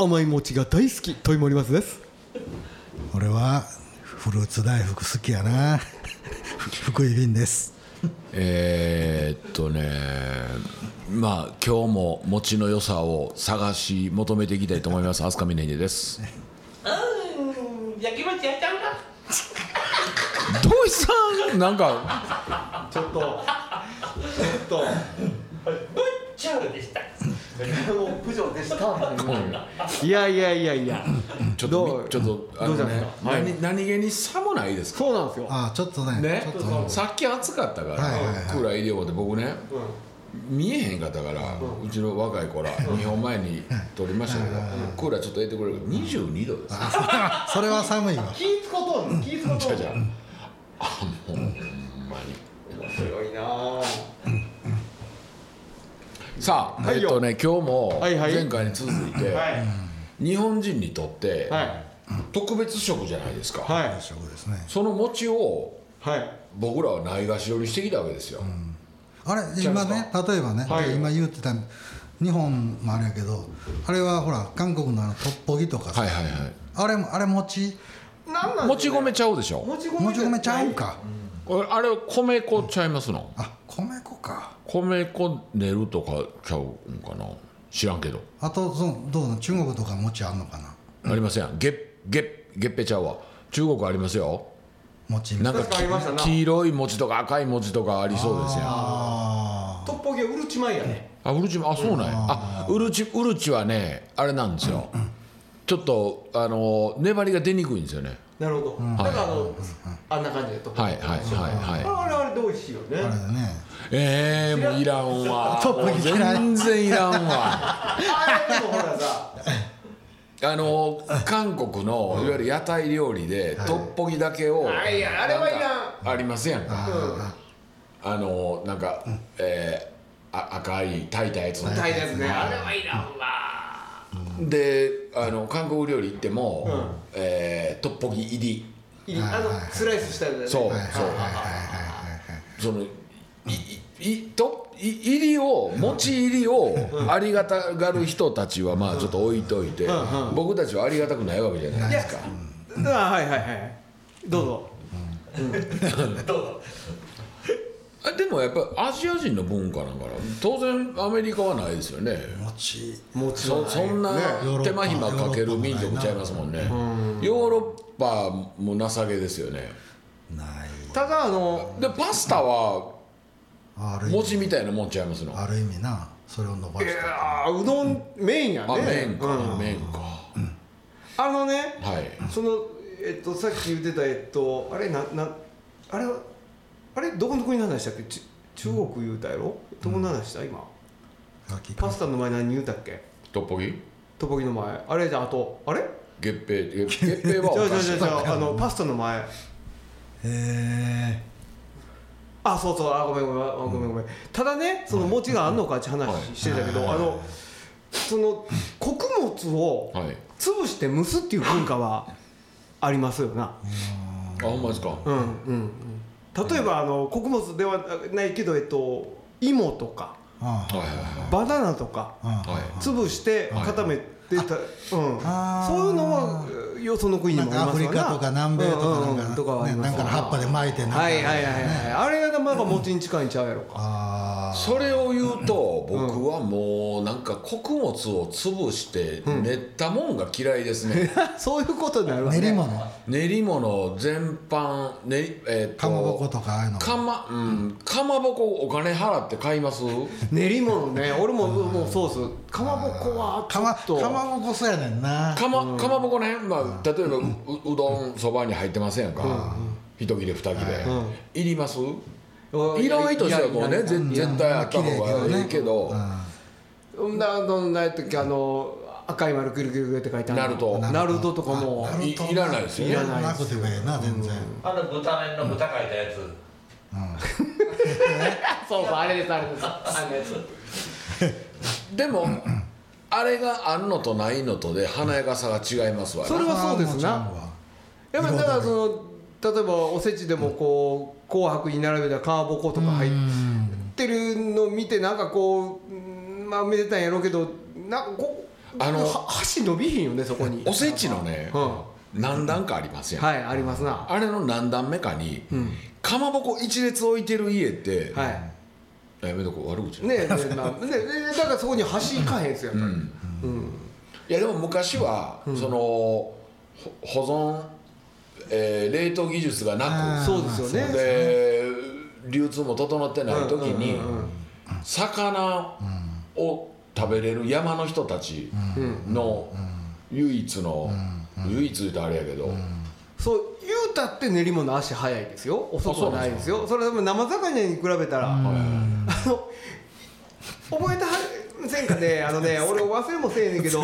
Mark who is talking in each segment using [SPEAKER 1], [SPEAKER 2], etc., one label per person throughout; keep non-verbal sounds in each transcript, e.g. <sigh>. [SPEAKER 1] 甘い餅が大好き問い森松です
[SPEAKER 2] 俺はフルーツ大福好きやな <laughs> 福井便です
[SPEAKER 3] えーっとねまあ今日も餅の良さを探し求めていきたいと思います飛鳥峰秀です
[SPEAKER 4] うん焼き餅やっちゃうか
[SPEAKER 3] 土井さんなんか
[SPEAKER 1] ちょっとちょっと
[SPEAKER 4] ぶっちゃう
[SPEAKER 1] <laughs>
[SPEAKER 4] でした
[SPEAKER 1] もうプジョーでしたいやいやいやいや
[SPEAKER 3] ちょっ
[SPEAKER 1] ど
[SPEAKER 3] と
[SPEAKER 1] う
[SPEAKER 3] みちょっと
[SPEAKER 1] ど
[SPEAKER 3] あ
[SPEAKER 1] う
[SPEAKER 3] の
[SPEAKER 1] じゃない
[SPEAKER 3] ね
[SPEAKER 1] ですかはい
[SPEAKER 3] 何何気にさもないですか
[SPEAKER 1] そうなんですよ
[SPEAKER 2] ああちょっとね
[SPEAKER 3] ね
[SPEAKER 2] ちょっとね
[SPEAKER 3] さっき暑かったから
[SPEAKER 2] はいはいはい
[SPEAKER 3] クーラー入れようって僕ね見えへんかったからうちの若い子ら日本前に撮りましたけどクーラーちょっと入れてくれるから22度です
[SPEAKER 2] あ <laughs> それは寒いわ
[SPEAKER 1] 気ぃつことん気ぃつこと
[SPEAKER 3] じゃ
[SPEAKER 1] ん
[SPEAKER 3] じゃあもうほんまに
[SPEAKER 1] 面白いなぁ
[SPEAKER 3] さあ、
[SPEAKER 1] はい
[SPEAKER 3] えっ
[SPEAKER 1] よ
[SPEAKER 3] とね今日も
[SPEAKER 1] はいはい
[SPEAKER 3] 前回に続いて、
[SPEAKER 1] はい
[SPEAKER 3] 日本人にとって
[SPEAKER 1] はい
[SPEAKER 3] 特別食じゃないですか、
[SPEAKER 1] はい
[SPEAKER 2] 食ですね
[SPEAKER 3] その餅を
[SPEAKER 1] はい
[SPEAKER 3] 僕らはないがしろにしてきたわけですよ、
[SPEAKER 2] あれ
[SPEAKER 3] ちゃい
[SPEAKER 2] 今
[SPEAKER 3] ます
[SPEAKER 2] ね例えばね、
[SPEAKER 1] はい
[SPEAKER 2] 今言ってた日本もあれやけどあれはほら韓国のあのトッポギとかさ、
[SPEAKER 3] はいはいは
[SPEAKER 2] あれもあれ餅
[SPEAKER 1] なんなん
[SPEAKER 3] いもち米ちゃうでしょ
[SPEAKER 1] もち米
[SPEAKER 2] もち米ちゃうんか
[SPEAKER 3] あれ米粉ちゃいますの
[SPEAKER 2] あ米粉か
[SPEAKER 3] 米粉練るとかちゃうんかな知らんけど、
[SPEAKER 2] あとそのどうなの中国とか餅あんのかな
[SPEAKER 3] ありませんげっげっげっぺちゃうわ中国ありますよ
[SPEAKER 2] 餅
[SPEAKER 3] なんか
[SPEAKER 1] 確かありましたな
[SPEAKER 3] 黄色い餅とか赤い餅とかありそうですよ
[SPEAKER 2] あ
[SPEAKER 1] トッポギウルチマイやね
[SPEAKER 3] あウルチもあそうなんやあウルチウルチはねあれなんですよちょっとあの粘りが出にくいんですよね
[SPEAKER 1] なるほどだからあのあんな感じでトッポギ
[SPEAKER 3] はいはいはいは
[SPEAKER 1] あ
[SPEAKER 3] い
[SPEAKER 1] れあれで美味しいよね
[SPEAKER 2] ああれだね
[SPEAKER 3] えー、もういらんわ
[SPEAKER 2] トップ
[SPEAKER 3] もう
[SPEAKER 2] に嫌い
[SPEAKER 3] 全然いらんわ
[SPEAKER 1] あれでもほらさ
[SPEAKER 3] あの韓国のいわゆる屋台料理でトッポギだけを
[SPEAKER 1] あいやあれはいらん
[SPEAKER 3] なんかありますやんか
[SPEAKER 1] うん
[SPEAKER 3] あのなんかえーあ赤い炊いたやつの
[SPEAKER 1] 大変ですねあれ
[SPEAKER 4] はいらんわ
[SPEAKER 3] であの韓国料理行っても、えートッポギ入り
[SPEAKER 1] いいあのスライスしたやつだよね
[SPEAKER 3] そう、
[SPEAKER 2] はいはい
[SPEAKER 3] そ、
[SPEAKER 2] はいう
[SPEAKER 3] そのいいいとい入りを餅入りをありがたがる人たちはまあちょっと置いといて、
[SPEAKER 1] んうん
[SPEAKER 3] 僕たちはありがたくないわけじゃないですか、
[SPEAKER 1] あはいはいはいどうぞ
[SPEAKER 3] あでもやっぱりアジア人の文化だから当然アメリカはないですよね
[SPEAKER 2] 餅
[SPEAKER 1] もちろん
[SPEAKER 3] そそんな
[SPEAKER 2] ヨーロッパ
[SPEAKER 3] 手間暇かける民族ちゃいますもんねヨーロッパも情けですよね
[SPEAKER 2] ない
[SPEAKER 1] ただあの
[SPEAKER 3] でパスタは
[SPEAKER 2] ある意味
[SPEAKER 3] 餅みたいなもんちゃいますの
[SPEAKER 2] ある意味なそれを伸ば
[SPEAKER 1] い
[SPEAKER 2] して
[SPEAKER 1] やーうどんメインやね
[SPEAKER 3] あ麺
[SPEAKER 1] う
[SPEAKER 3] か
[SPEAKER 1] ん
[SPEAKER 3] 麺か
[SPEAKER 1] あのね
[SPEAKER 3] はい
[SPEAKER 1] そのえっとさっき言ってたえっとあれななあれはあれどこの国の話したっけち中国言うたやろどこの話した今
[SPEAKER 2] 焼き
[SPEAKER 1] パスタの前何言うたっけ
[SPEAKER 3] トッポギ
[SPEAKER 1] トッポギの前あれじゃああとあれ
[SPEAKER 3] 月平月月平は
[SPEAKER 1] じゃ
[SPEAKER 3] お
[SPEAKER 1] あじゃ
[SPEAKER 3] か
[SPEAKER 1] あ
[SPEAKER 3] し
[SPEAKER 1] じゃ
[SPEAKER 3] い
[SPEAKER 1] あじゃああのパスタの前
[SPEAKER 2] え
[SPEAKER 1] あそうそうあごめんごめんあごめんごめんただねその餅があんのかって話してたけどあのその穀物を
[SPEAKER 3] はい
[SPEAKER 1] 潰して蒸すっていう文化はありますよな
[SPEAKER 3] あほんまですか
[SPEAKER 1] うんうんうん例えばあの穀物ではないけどえっと芋とか
[SPEAKER 2] ー、ああ
[SPEAKER 3] はいはいは
[SPEAKER 1] バナナとか
[SPEAKER 2] あ
[SPEAKER 3] いは
[SPEAKER 1] 潰して
[SPEAKER 3] はい
[SPEAKER 1] 固めてた、うん
[SPEAKER 2] あー
[SPEAKER 1] そういうのはよその国に
[SPEAKER 2] な
[SPEAKER 1] も
[SPEAKER 2] ん
[SPEAKER 1] あります
[SPEAKER 2] かアフリ
[SPEAKER 1] わな
[SPEAKER 2] カとか南米と
[SPEAKER 1] う
[SPEAKER 2] か
[SPEAKER 1] んうんうん
[SPEAKER 2] なん
[SPEAKER 1] と
[SPEAKER 2] か,、
[SPEAKER 1] はあ
[SPEAKER 2] ね
[SPEAKER 1] ります
[SPEAKER 2] なんかの葉っぱで巻いてなんか
[SPEAKER 1] はいはいはいはいあれがまあやっぱ餅に近いんちゃうや
[SPEAKER 2] <laughs>
[SPEAKER 1] ろか
[SPEAKER 2] ああ
[SPEAKER 3] いそれを言うと僕はもうなんか穀物を潰して練ったもんが嫌いですね
[SPEAKER 1] そういうことになるわね
[SPEAKER 2] 練り物
[SPEAKER 3] 練り物全般練りえーっと
[SPEAKER 2] かまぼことかああいうの
[SPEAKER 3] かまうんかまぼこお金払って買います
[SPEAKER 1] 練り物ね俺ももうそうそうかまぼこはち
[SPEAKER 2] か
[SPEAKER 1] ょ
[SPEAKER 2] ま
[SPEAKER 1] っと
[SPEAKER 2] かまぼこそうやねんな
[SPEAKER 3] かまかまぼこねまあ例えばうううどんそばに入ってませんやんか一切れ二切れ
[SPEAKER 1] ん
[SPEAKER 3] いります
[SPEAKER 1] うん
[SPEAKER 3] 色合いとしてはこう
[SPEAKER 1] いや
[SPEAKER 3] ね
[SPEAKER 1] いや
[SPEAKER 3] ぜ絶対あった方がいいけど
[SPEAKER 1] うんだどんなやったっけあの赤い丸くるくるくるって書いてある
[SPEAKER 3] ナルト
[SPEAKER 1] ナルトとかも
[SPEAKER 3] いいらないですよね
[SPEAKER 2] いらなくてもええな全然
[SPEAKER 4] あの豚麺の豚書いたやつ、
[SPEAKER 1] そうそうあれですあれですあのやつ
[SPEAKER 3] でもあれがあんのとないのとで華やかさが違いますわね
[SPEAKER 1] それはそうですな
[SPEAKER 2] ああもちゃうわ
[SPEAKER 1] やっぱりだからその例えばおせちでもこう紅白に並べたかまぼことか入ってるのを見てなんかこううんまあめでたいんやろうけどなんかこう
[SPEAKER 3] あの
[SPEAKER 1] は箸伸びひんよねそこに
[SPEAKER 3] おせちのね、何段かありますやん、
[SPEAKER 1] はいありますな
[SPEAKER 3] あれの何段目かに、かまぼこ一列置いてる家って、
[SPEAKER 1] は
[SPEAKER 3] あやめとこ悪口
[SPEAKER 1] い
[SPEAKER 3] ね
[SPEAKER 1] ねえ、ねえまあねえねえだからそこに箸いかへんすよやっぱり
[SPEAKER 3] いやでも昔は、そのほ保存、えー冷凍技術がな
[SPEAKER 1] そうですよ
[SPEAKER 3] く
[SPEAKER 1] ね
[SPEAKER 3] で流通も整ってない時に、
[SPEAKER 1] うんうん
[SPEAKER 3] 魚を食べれる山の人たちの唯一の、唯一言うとあれやけど、
[SPEAKER 1] そう言うたって練り物足早いですよ遅くはないですよそれでも生魚に比べたらあの覚えてはりませんかねあの <laughs> ね俺忘れもせえねんけ <laughs> ど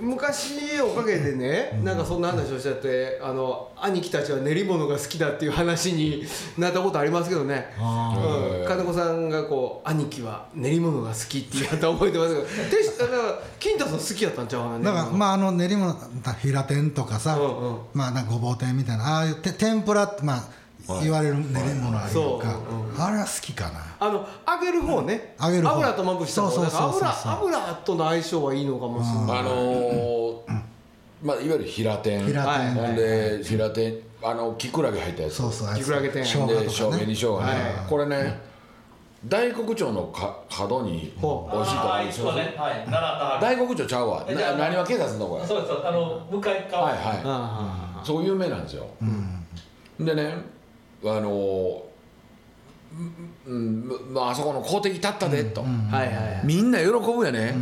[SPEAKER 1] 昔おかげでねなんかそんな話をしちゃってあの兄貴たちは練り物が好きだっていう話に <laughs> なったことありますけどねうん金子さんがこう兄貴は練り物が好きって言ったの覚えてます <laughs> けどてしだから金太さん好きやったんちゃうかな
[SPEAKER 2] だから
[SPEAKER 1] あ
[SPEAKER 2] まああの練り物平天とかさ、
[SPEAKER 1] うんうん
[SPEAKER 2] まあなんかごぼう天みたいなああいうて天ぷらってまあ、言われる練り物あるとか、
[SPEAKER 1] そううん
[SPEAKER 2] あれは好きかな
[SPEAKER 1] あの揚げる方ね、
[SPEAKER 2] うん揚げる方
[SPEAKER 1] 油とまぶした方
[SPEAKER 2] そうそうそうそう
[SPEAKER 1] だから油油との相性はいいのかもしれない、
[SPEAKER 3] あのーまあ、いわゆる平天
[SPEAKER 2] 平天
[SPEAKER 3] ほんで平天あのキクラゲ入ったやつ
[SPEAKER 2] そうそうあい
[SPEAKER 1] き
[SPEAKER 2] つ
[SPEAKER 1] くらげ天
[SPEAKER 2] 生
[SPEAKER 3] で生
[SPEAKER 2] 姜と
[SPEAKER 3] 姜
[SPEAKER 2] か
[SPEAKER 3] に生
[SPEAKER 2] ね
[SPEAKER 3] 姜ね、
[SPEAKER 1] は
[SPEAKER 3] これね大黒町のか角に
[SPEAKER 1] ほう
[SPEAKER 3] 美味しいとこあ
[SPEAKER 4] あ
[SPEAKER 3] るん
[SPEAKER 4] ー
[SPEAKER 3] です
[SPEAKER 4] 一
[SPEAKER 3] よ
[SPEAKER 4] 個ねはい習ったは
[SPEAKER 3] 大黒町ちゃうわ
[SPEAKER 4] えじゃ
[SPEAKER 3] な
[SPEAKER 4] あ
[SPEAKER 3] 何は警察のとこや
[SPEAKER 4] ずそうですあの向かい側
[SPEAKER 3] はいは
[SPEAKER 1] あ
[SPEAKER 3] いそう有名なんですよ、でねあのーうんうんまああそこの公的立ったでと、
[SPEAKER 1] あはいはいはい
[SPEAKER 3] みんな喜ぶやね、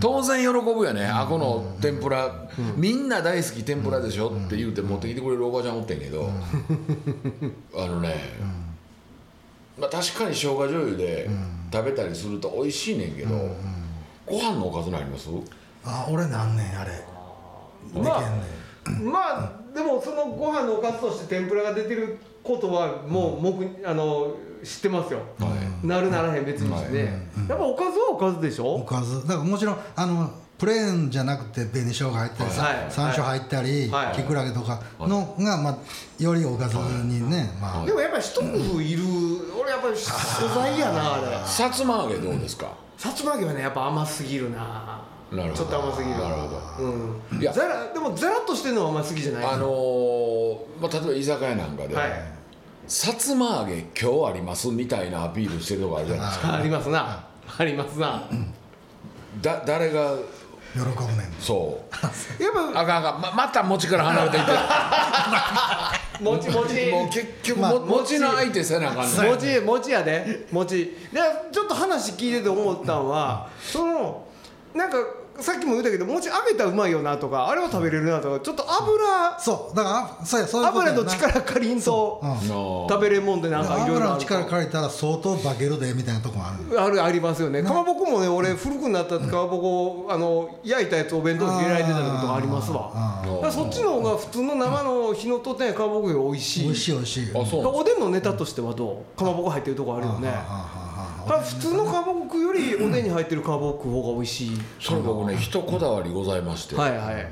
[SPEAKER 3] 当然喜ぶやね、あこの天ぷら、みんな大好き天ぷらでしょって言うて持ってきてくれるおばちゃんおってんけど、 <laughs> あのね、まあ、確かに生姜醤油で食べたりすると美味しいねんけど、ご飯のおかずになります
[SPEAKER 2] あ俺なんねんあれでけんねん、
[SPEAKER 1] まあまあでもそのご飯のおかずとして天ぷらが出てることはもう僕、あの知ってますよ、なるならへん別にしてね、やっぱおかずはおかずでし
[SPEAKER 2] お
[SPEAKER 1] ょ
[SPEAKER 2] かずだからもちろんあのプレーンじゃなくて紅生姜入ったりさ、
[SPEAKER 1] はい
[SPEAKER 2] 山椒入ったり、
[SPEAKER 1] はい
[SPEAKER 2] きくらげとかのが、まあ、よりおかずにね、まあ、
[SPEAKER 1] でもやっぱり一工夫いる、俺やっぱり素材やなあれ
[SPEAKER 3] さつま揚げどうですか、
[SPEAKER 1] さつま揚げはねやっぱ甘すぎるな
[SPEAKER 3] なるほど
[SPEAKER 1] ちょっと甘すぎる
[SPEAKER 3] なるほど
[SPEAKER 1] うん、
[SPEAKER 3] いや
[SPEAKER 1] ザラでもザラっとしてるのはあんま好きじゃない
[SPEAKER 3] あのーまあ、例えば居酒屋なんかで、
[SPEAKER 1] はい
[SPEAKER 3] さつま揚げ今日ありますみたいなアピールしてるとこあるじゃないですか
[SPEAKER 1] ありますなありますなやっ
[SPEAKER 3] だ誰が
[SPEAKER 2] 喜ぶねん
[SPEAKER 3] そう
[SPEAKER 1] ぱ
[SPEAKER 3] あかんあかんままた餅から離れていって
[SPEAKER 1] もちもち
[SPEAKER 3] <laughs> もう
[SPEAKER 1] も
[SPEAKER 3] 結局、
[SPEAKER 2] まあ
[SPEAKER 3] も餅の相手せなあかんねん
[SPEAKER 1] ちもちやでもちでちょっと話聞いてて思ったんはそのなんかさっきも言ったけど餅揚げたらうまいよなとかあれは食べれるなとかちょっと油
[SPEAKER 2] そうだからそうやそういうことや
[SPEAKER 1] 油
[SPEAKER 2] な
[SPEAKER 1] の力借りんと
[SPEAKER 2] うん
[SPEAKER 3] の
[SPEAKER 1] 食べれんもんでなんかいろい
[SPEAKER 2] 油
[SPEAKER 1] ろ
[SPEAKER 2] の
[SPEAKER 1] ある
[SPEAKER 2] 力借りたら相当化けるでみたいなとこもある
[SPEAKER 1] あるありますよねかまぼこもね俺古くなったかまぼこあの焼いたやつお弁当に入れられてたことがありますわ
[SPEAKER 2] あ
[SPEAKER 1] だからそっちの方が普通の生の火の通ってないかまぼこより美味しい
[SPEAKER 2] 美味しい美味しい
[SPEAKER 3] あそうなんで
[SPEAKER 1] おでんのネタとしてはどうかまぼこ入ってるとこあるよね
[SPEAKER 2] あああああ
[SPEAKER 1] だから普通のかまぼこよりおでんに入ってるかまぼこの方が美味しい
[SPEAKER 3] すそれ僕ね一こだわりございまして、
[SPEAKER 1] はいはい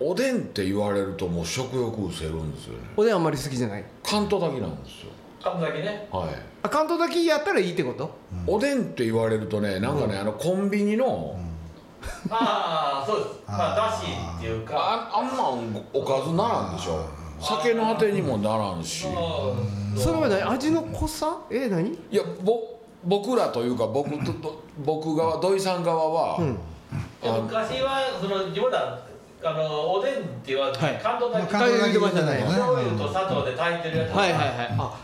[SPEAKER 3] おでんって言われるともう食欲失せるんですよね
[SPEAKER 1] おでんあんまり好きじゃない
[SPEAKER 3] 関東だけなんですよ
[SPEAKER 4] 神崎ね
[SPEAKER 3] はい、
[SPEAKER 1] あ関東だけやったらいいってこと
[SPEAKER 3] おでんって言われるとねなんかね、あのコンビニの、
[SPEAKER 4] ああそうですまあだしっていうか
[SPEAKER 3] ああんなんおかずならんでしょ酒のあてにもならんし、
[SPEAKER 4] うん
[SPEAKER 1] それは何味の濃さえ何
[SPEAKER 3] いやぼ僕らというか僕とと僕側土井さん側は、
[SPEAKER 1] ん
[SPEAKER 4] 昔はその自分らあのおでんって言わず、
[SPEAKER 1] はい
[SPEAKER 4] 関東
[SPEAKER 2] ま
[SPEAKER 4] だ
[SPEAKER 2] あ
[SPEAKER 4] け
[SPEAKER 2] 関東だけ言うてないよね
[SPEAKER 4] 醤油と砂糖で炊いてるやつ
[SPEAKER 1] はいはいはいあ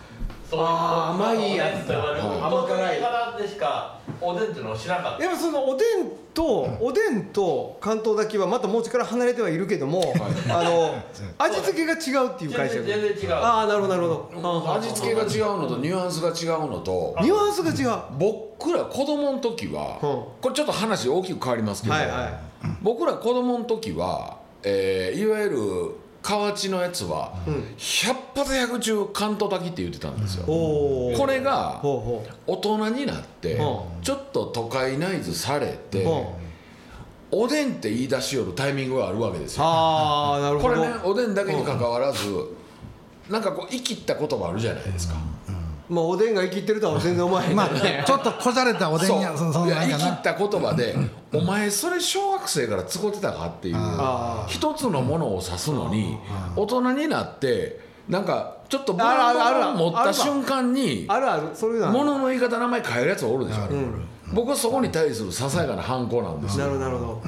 [SPEAKER 4] そういう
[SPEAKER 1] あー甘いやつ
[SPEAKER 4] おでんと言われる
[SPEAKER 1] はい
[SPEAKER 4] 甘辛いからでしかおでんっていうのを知らなかった
[SPEAKER 1] やっぱそのおでんと、おでんと関東だけはまた餅から離れてはいるけども、あの味付けが違うっていう
[SPEAKER 4] 全
[SPEAKER 1] 会社
[SPEAKER 4] 然全然違う
[SPEAKER 1] ああなるほどなるほど
[SPEAKER 3] 味付けが違うのとニュアンスが違うのと
[SPEAKER 1] ニュアンスが違う
[SPEAKER 3] 僕ら子供の時は、
[SPEAKER 1] う
[SPEAKER 3] これちょっと話大きく変わりますけど、
[SPEAKER 1] はいはい
[SPEAKER 3] 僕ら子供の時は、えーいわゆる河内のやつは、百発百中関東炊きって言ってたんですよ、
[SPEAKER 1] おお
[SPEAKER 3] これが
[SPEAKER 1] ほうほ
[SPEAKER 3] 大人になって、
[SPEAKER 1] う
[SPEAKER 3] ちょっと都会ナイズされて、
[SPEAKER 1] う、うん、
[SPEAKER 3] おでんって言い出しよるタイミングがあるわけですよ
[SPEAKER 1] ああなる
[SPEAKER 3] こ
[SPEAKER 1] ほど
[SPEAKER 3] れねおでんだけに関わらず、なんかこう生きった言葉あるじゃないですか、
[SPEAKER 1] まあおでんが生きてるとは全然思わへんけど
[SPEAKER 2] ま
[SPEAKER 1] ね
[SPEAKER 2] あちょっとこじゃれたおでんやそ
[SPEAKER 3] そ
[SPEAKER 2] の
[SPEAKER 3] う
[SPEAKER 2] その
[SPEAKER 3] い
[SPEAKER 2] な
[SPEAKER 3] や
[SPEAKER 2] ん
[SPEAKER 3] 生
[SPEAKER 2] か
[SPEAKER 3] き
[SPEAKER 2] な
[SPEAKER 3] った言葉で「お前それ小学学生から使ってたかっていう
[SPEAKER 1] あー
[SPEAKER 3] 一つのものを指すのに大人になってなんかちょっとボロ
[SPEAKER 1] あ
[SPEAKER 3] ボ
[SPEAKER 1] るあるあ
[SPEAKER 3] ロ
[SPEAKER 1] る
[SPEAKER 3] 持っ
[SPEAKER 1] あ
[SPEAKER 3] た
[SPEAKER 1] るか
[SPEAKER 3] 瞬間に
[SPEAKER 1] あるあるそういうのある
[SPEAKER 3] 物の言い方名前変えるやつおるでしょ僕はそこに対するささやかな反抗なんです
[SPEAKER 1] な
[SPEAKER 3] よ
[SPEAKER 1] るほどなるほど、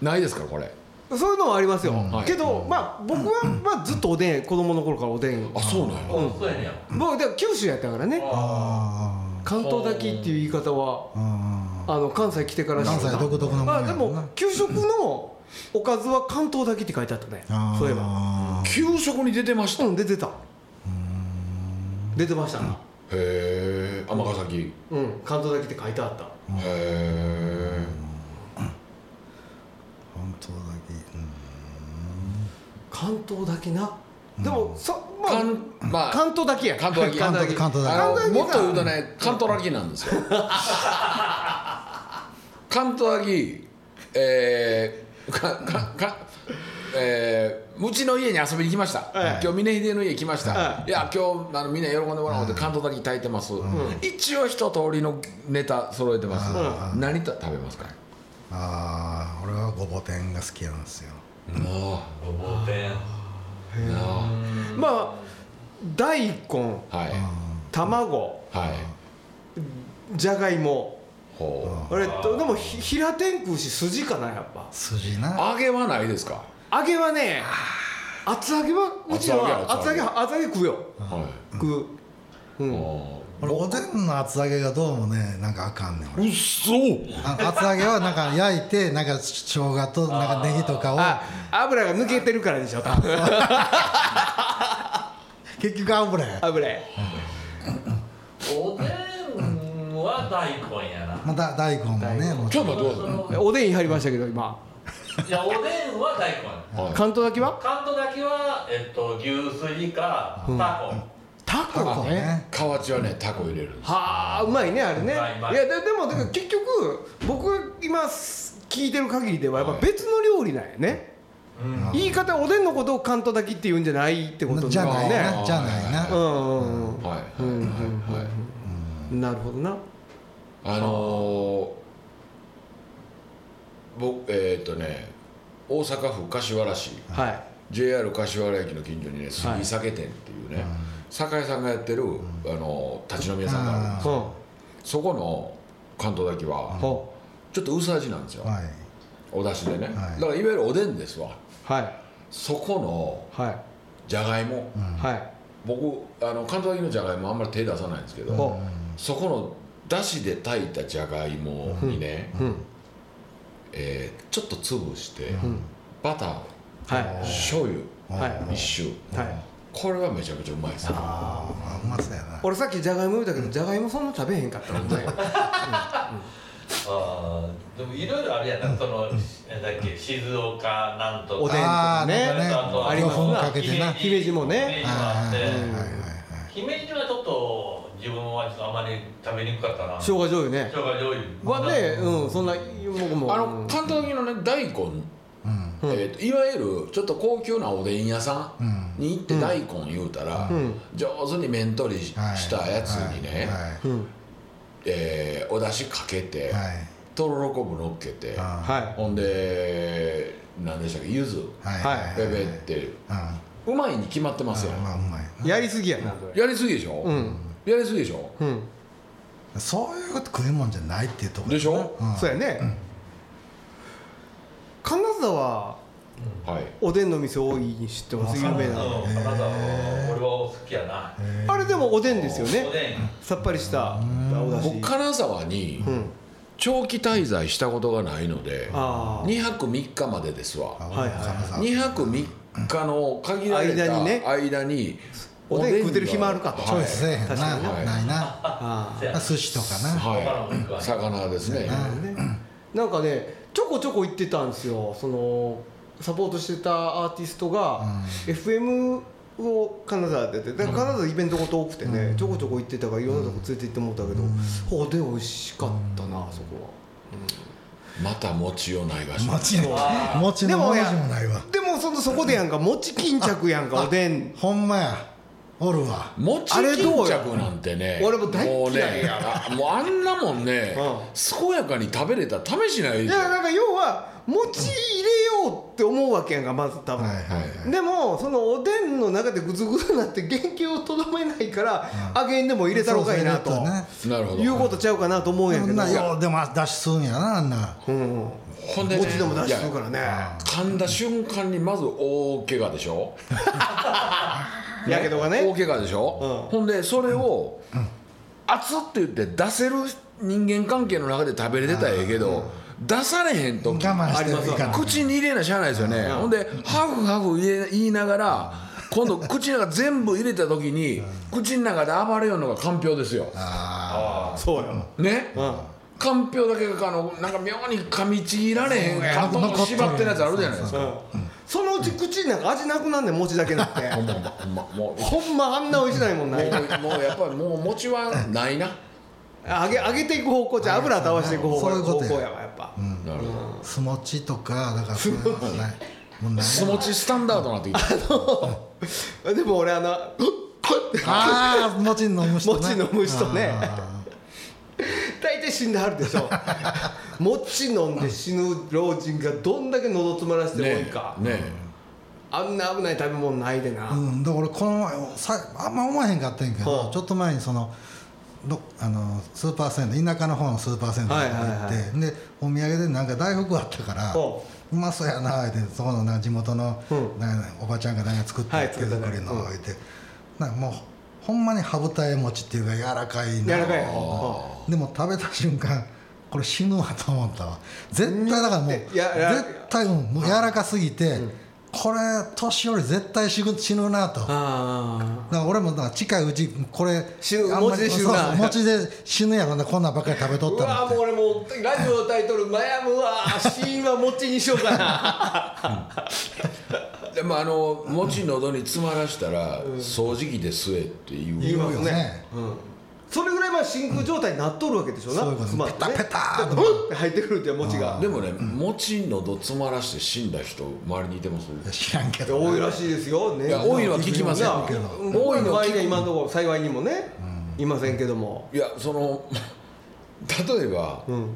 [SPEAKER 3] ないですかこれ
[SPEAKER 1] そういうのはありますよ、
[SPEAKER 3] はい
[SPEAKER 1] けど、まあ僕は、まあ、ずっとおでん子供の頃からおでん
[SPEAKER 3] あそうなんや
[SPEAKER 4] そうやねや
[SPEAKER 1] 僕でも九州やったからね
[SPEAKER 4] あ
[SPEAKER 1] 関東炊きっていう言い方は
[SPEAKER 2] あ
[SPEAKER 1] あの関西来てから知っ
[SPEAKER 2] 関
[SPEAKER 1] た
[SPEAKER 2] 西独特のもん
[SPEAKER 1] ま
[SPEAKER 2] や
[SPEAKER 1] あで
[SPEAKER 2] もんな
[SPEAKER 1] も給食のおかずは関東炊きって書いてあったね
[SPEAKER 2] あー
[SPEAKER 1] そういえば
[SPEAKER 3] 給食に出てましたへ
[SPEAKER 1] うん出てた出てましたな
[SPEAKER 3] え尼崎へ
[SPEAKER 1] うん関東炊きって書いてあった
[SPEAKER 3] え
[SPEAKER 2] 本当だけ、うん
[SPEAKER 1] 関東炊きなでもそま
[SPEAKER 3] か
[SPEAKER 1] あ
[SPEAKER 3] んまあ
[SPEAKER 1] 関東炊きや
[SPEAKER 3] 関東焼き
[SPEAKER 2] 関東関東
[SPEAKER 3] あ
[SPEAKER 2] だ
[SPEAKER 1] 関東焼き
[SPEAKER 3] のもっと言うとね関東ラギなんですよ <laughs> 関東ラギえー、かかかえーうちの家に遊びに来ました、
[SPEAKER 1] はい
[SPEAKER 3] 今日峰秀の家来ました、、
[SPEAKER 1] はい
[SPEAKER 3] や今日あのみんな喜んでもらおうって関東炊き炊いてます、一応一通りのネタ揃えてます、
[SPEAKER 1] う
[SPEAKER 3] 何た食べますか
[SPEAKER 2] けああ俺はごぼ天が好きなんですよ
[SPEAKER 3] も
[SPEAKER 4] ごぼう天
[SPEAKER 3] うな
[SPEAKER 1] まあ大根
[SPEAKER 3] あはい
[SPEAKER 1] 卵
[SPEAKER 3] はい
[SPEAKER 1] じゃがいも
[SPEAKER 3] ほう
[SPEAKER 1] あれとでもひ平天空し筋かなやっぱ
[SPEAKER 2] 筋な
[SPEAKER 3] 揚げはないですか、
[SPEAKER 1] 揚げはね厚揚げはうちは厚
[SPEAKER 3] 厚
[SPEAKER 1] 揚
[SPEAKER 3] 揚げ
[SPEAKER 1] げ厚揚げ食うよ
[SPEAKER 3] は
[SPEAKER 1] 食う、う
[SPEAKER 3] い、
[SPEAKER 1] ん、
[SPEAKER 3] も
[SPEAKER 2] 俺おでんの厚揚げがどうもねなんかあかんねん
[SPEAKER 3] う
[SPEAKER 2] 俺
[SPEAKER 3] うっそう
[SPEAKER 2] あの厚揚げはなんか焼いてなんか生姜となんかネギとか
[SPEAKER 1] あ
[SPEAKER 2] を
[SPEAKER 1] 油が抜けてるからでしょ多分
[SPEAKER 2] 結局油や
[SPEAKER 1] 油や
[SPEAKER 4] おでんは大根やな
[SPEAKER 2] また大根もねも
[SPEAKER 3] ちょっと待ってください
[SPEAKER 4] その
[SPEAKER 1] おでん言い張りましたけど今
[SPEAKER 4] いやおでんは大根
[SPEAKER 3] はい
[SPEAKER 1] 関東だけは
[SPEAKER 4] 関東だけは、えっと、牛すじかタ
[SPEAKER 1] タ
[SPEAKER 4] コ、
[SPEAKER 1] コ
[SPEAKER 2] タコ
[SPEAKER 1] かね
[SPEAKER 2] ね
[SPEAKER 3] 河内はねタコ入れるんです
[SPEAKER 1] はあうまいねあれねいう
[SPEAKER 4] まいうまい
[SPEAKER 1] やででもだから結局僕が今聞いてる限りではやっぱ別の料理なんやね
[SPEAKER 4] うん
[SPEAKER 1] 言い方はおでんのことを関東だけって言うんじゃないってこと
[SPEAKER 2] じゃない
[SPEAKER 1] ね
[SPEAKER 2] なじゃないな
[SPEAKER 1] うんうんうん
[SPEAKER 3] はいはい
[SPEAKER 1] うん
[SPEAKER 3] はいはい
[SPEAKER 1] なるほどな
[SPEAKER 3] あのー、僕えーっとね大阪府柏原市
[SPEAKER 1] はい
[SPEAKER 3] JR 柏原駅の近所にね杉酒店っていうね、酒井さんがやってる、あのー立ち飲み屋さんがあるんで
[SPEAKER 1] う
[SPEAKER 3] す
[SPEAKER 1] ん
[SPEAKER 3] よそこの関東炊きは
[SPEAKER 1] ほ
[SPEAKER 3] ちょっと薄味なんですよ、
[SPEAKER 2] はい
[SPEAKER 3] お出汁でね、
[SPEAKER 2] はい
[SPEAKER 3] だからいわゆるおでんですわ
[SPEAKER 1] うはい
[SPEAKER 3] そこの
[SPEAKER 1] はい
[SPEAKER 3] じゃがいも
[SPEAKER 1] はい
[SPEAKER 3] 僕あの関東焼きのじゃがいもあんまり手出さないんですけど、
[SPEAKER 1] ほ
[SPEAKER 3] そこのだしで炊いたじゃがいもにね、
[SPEAKER 1] ううん
[SPEAKER 3] えーちょっと潰して、バター
[SPEAKER 1] はい
[SPEAKER 3] 醤油
[SPEAKER 1] はい
[SPEAKER 3] 一種、
[SPEAKER 1] はい
[SPEAKER 3] これはめちゃくちゃうまいですよ
[SPEAKER 2] あうまそうやな
[SPEAKER 1] 俺さっきじゃがいも言うたけどじゃがいもそんな食べへんかったもんね
[SPEAKER 4] あーでもいろいろあるやなそのなんだっけ静岡なんと
[SPEAKER 1] お
[SPEAKER 4] か
[SPEAKER 1] でんと
[SPEAKER 2] あ
[SPEAKER 1] か
[SPEAKER 2] あ
[SPEAKER 1] ね
[SPEAKER 2] なんかね
[SPEAKER 4] あと
[SPEAKER 1] ありますな
[SPEAKER 2] 魚粉かけてな
[SPEAKER 1] 姫路もね
[SPEAKER 4] 姫路もあって
[SPEAKER 2] はいはい
[SPEAKER 1] うん
[SPEAKER 2] はいはい
[SPEAKER 4] 姫路はちょっと自分はちょっとあまり食べにくかったな
[SPEAKER 1] <laughs> 生姜醤油ね
[SPEAKER 4] 生姜醤油
[SPEAKER 1] はねうんそんな僕も
[SPEAKER 3] あ
[SPEAKER 1] う
[SPEAKER 3] の
[SPEAKER 1] ん
[SPEAKER 3] 関東焼きのね大根、
[SPEAKER 2] うん
[SPEAKER 3] えーといわゆるちょっと高級なおでん屋さ
[SPEAKER 2] うんん
[SPEAKER 3] に行って大根言うたら、
[SPEAKER 1] ん
[SPEAKER 3] 上手に面取りし
[SPEAKER 2] はい
[SPEAKER 3] したやつにね、
[SPEAKER 2] は
[SPEAKER 1] うん
[SPEAKER 3] えーお出汁かけて、
[SPEAKER 2] いはい
[SPEAKER 3] とろろ昆布乗っけて、
[SPEAKER 2] は
[SPEAKER 1] は
[SPEAKER 3] ほんで何でしたっけ柚子
[SPEAKER 2] はい
[SPEAKER 3] べべって
[SPEAKER 2] あ
[SPEAKER 3] うまいに決まってますよ、
[SPEAKER 2] まあうまい
[SPEAKER 1] いやりすぎやなそれ
[SPEAKER 3] やりすぎでしょ、
[SPEAKER 1] ん
[SPEAKER 3] やりすぎでしょ
[SPEAKER 1] うん
[SPEAKER 2] なそういうこと食い物じゃないっていうところ
[SPEAKER 3] でしょ、
[SPEAKER 2] うん
[SPEAKER 1] そうやね金沢
[SPEAKER 3] はい
[SPEAKER 1] おでんの店多いに知ってます有名な
[SPEAKER 4] うん金沢は俺は好きやな
[SPEAKER 1] あれでもおでんですよ
[SPEAKER 4] お
[SPEAKER 1] ね
[SPEAKER 4] でん
[SPEAKER 1] さっぱりしたおだし
[SPEAKER 3] 僕金沢に
[SPEAKER 1] うん
[SPEAKER 3] 長期滞在したことがないので、
[SPEAKER 1] ああ
[SPEAKER 3] 2泊3日までですわ
[SPEAKER 1] はいはい
[SPEAKER 2] 金沢
[SPEAKER 3] 2泊3日の限られた
[SPEAKER 1] 間にね
[SPEAKER 3] 間に
[SPEAKER 1] おでん食うてる暇あるかと
[SPEAKER 2] チョイスせえへんな
[SPEAKER 1] 確かにね
[SPEAKER 2] ないな
[SPEAKER 1] あ
[SPEAKER 4] せやな
[SPEAKER 2] 寿司とかな
[SPEAKER 3] は
[SPEAKER 4] 他のもん
[SPEAKER 3] い
[SPEAKER 4] か
[SPEAKER 3] 魚ですね
[SPEAKER 1] あなんかねちょこちょこ行ってたんですよそのサポートしてたアーティストが、FM を金沢でやっててだから金沢イベントごと多くてね、ちょこちょこ行ってたからいろんなとこ連れて行ってもらったけど、おでん美味しかったな、あそこは。
[SPEAKER 3] また餅をないがします
[SPEAKER 2] 餅の餅
[SPEAKER 1] で
[SPEAKER 2] の
[SPEAKER 1] も
[SPEAKER 2] 文
[SPEAKER 1] や
[SPEAKER 2] 字もないわ
[SPEAKER 1] でもそのそこでやんか餅巾着やんかおでん
[SPEAKER 2] ほんまやおるわ
[SPEAKER 3] 餅巾着なんて
[SPEAKER 1] あ
[SPEAKER 3] ね
[SPEAKER 1] れどうよ俺も大
[SPEAKER 3] もう
[SPEAKER 1] 嫌い
[SPEAKER 3] ねあもうあんなもんね、
[SPEAKER 1] うん
[SPEAKER 3] 健やかに食べれたら試しな
[SPEAKER 1] <laughs>
[SPEAKER 3] い
[SPEAKER 1] い
[SPEAKER 3] でしょ
[SPEAKER 1] やなんか要は餅入れようって思うわけやんかまず多分、
[SPEAKER 2] はいはいはい
[SPEAKER 1] でもそのおでんの中でグズグズになって原型をとどめないから揚げんでも入れたろかいなと
[SPEAKER 2] そうそう入れた
[SPEAKER 3] なるほど
[SPEAKER 1] いうことちゃうかなと思うんや
[SPEAKER 2] そ
[SPEAKER 1] け
[SPEAKER 2] ん
[SPEAKER 1] ど
[SPEAKER 2] なようでも脱出するんやなあんな
[SPEAKER 1] うんうん
[SPEAKER 3] ほんでね
[SPEAKER 1] 餅でも出し
[SPEAKER 3] い
[SPEAKER 1] する
[SPEAKER 3] や
[SPEAKER 1] からね
[SPEAKER 3] 噛んだ瞬間にまず大怪我でしょ
[SPEAKER 1] やけどが
[SPEAKER 3] 大
[SPEAKER 1] ね
[SPEAKER 3] 怪我でしょ、ほんでそれを熱って言って出せる人間関係の中で食べれてたらええけど、出されへん
[SPEAKER 2] 我
[SPEAKER 3] 時
[SPEAKER 2] 慢していかない
[SPEAKER 3] 口に入れなしゃあないですよね、ほんでハフハフ言え言いながら今度口の中全部入れた時に口の中で暴れようのがかんぴょうですよ
[SPEAKER 1] そうよ
[SPEAKER 3] ね、
[SPEAKER 1] うん
[SPEAKER 3] かんぴょうだけがあのなんか妙に噛みちぎられへんかとも縛ってるやつあるじゃないです
[SPEAKER 1] う
[SPEAKER 3] か
[SPEAKER 1] んそのうち口なんか味なくなんねん餅だけなって
[SPEAKER 3] ほんまほんまもう
[SPEAKER 1] ほんまあんな美味しないもんない
[SPEAKER 3] もうもうやっぱりもう餅はないな
[SPEAKER 1] 揚げ揚げていく方向じゃう油倒していく方向
[SPEAKER 2] そういうことや
[SPEAKER 1] 方向やわやっぱ
[SPEAKER 3] なるほど
[SPEAKER 2] すもちとかだからそういうのはないもうない
[SPEAKER 3] 酢餅スタンダードになってきた
[SPEAKER 1] でも俺あのこうやって
[SPEAKER 2] ああ餅飲む人ね
[SPEAKER 1] 餅飲む人ね
[SPEAKER 2] あ
[SPEAKER 1] 大体死んではるでしょ餅飲んで死ぬ老人がどんだけ喉詰まらせてもいい
[SPEAKER 3] ね
[SPEAKER 1] か、
[SPEAKER 3] えねえ
[SPEAKER 1] あんな危ない食べ物ないでな、
[SPEAKER 2] ーうんだからこの前さあんま思わへんかったんやけ
[SPEAKER 1] は
[SPEAKER 2] ど
[SPEAKER 1] あ
[SPEAKER 2] ちょっと前にそのどあのスーパー銭湯田舎の方のスーパー銭湯に行って、
[SPEAKER 1] はいはいは
[SPEAKER 2] でお土産でなんか大福あったから
[SPEAKER 1] は
[SPEAKER 2] うまそうやなってそこのな地元の、
[SPEAKER 1] うん
[SPEAKER 2] なんやおばちゃんが何か作った
[SPEAKER 1] はい
[SPEAKER 2] 手作りの
[SPEAKER 1] 作
[SPEAKER 2] 言って、なんかもうほんまに羽二重餅っていうか柔らかい
[SPEAKER 1] 柔
[SPEAKER 2] な
[SPEAKER 1] らかいは
[SPEAKER 2] でも食べた瞬間これ死ぬわと思ったわ絶対だからもう
[SPEAKER 1] うんいやいや
[SPEAKER 2] 絶対うんもう柔らかすぎてこれ年寄り絶対死ぬ死ぬなとだか
[SPEAKER 1] あ
[SPEAKER 2] ら俺もだから近いうちこれ
[SPEAKER 1] 死ぬ
[SPEAKER 2] あんま
[SPEAKER 1] 餅で
[SPEAKER 2] り
[SPEAKER 1] 死ぬな
[SPEAKER 2] そうそう餅で死ぬやろなこんなんばっかり食べ
[SPEAKER 1] あ
[SPEAKER 2] と
[SPEAKER 1] う
[SPEAKER 2] ったら
[SPEAKER 1] わもう俺もうラジオのタイトル悩むわ死因は餅にしようかな
[SPEAKER 3] でもあの餅喉に詰まらしたら掃除機で吸えっていう
[SPEAKER 1] 言います
[SPEAKER 2] 言う
[SPEAKER 1] ね
[SPEAKER 2] よね
[SPEAKER 1] うん、それぐらいまあ真空状態になっとるわけでしょな、
[SPEAKER 2] そういうこと
[SPEAKER 1] つまりね
[SPEAKER 2] ペタペタ
[SPEAKER 1] で
[SPEAKER 2] ー
[SPEAKER 1] うんって入ってくるって餅が
[SPEAKER 3] でもね餅喉詰まらして死んだ人周りにいてます
[SPEAKER 2] 知らんけ
[SPEAKER 1] いや
[SPEAKER 2] ど
[SPEAKER 1] 多いらしいですよね
[SPEAKER 3] いや多いのは聞きません
[SPEAKER 1] な
[SPEAKER 3] けど
[SPEAKER 1] 多いのは聞く今のところ幸いにもね、いませんけども
[SPEAKER 3] いやその例えば
[SPEAKER 1] うん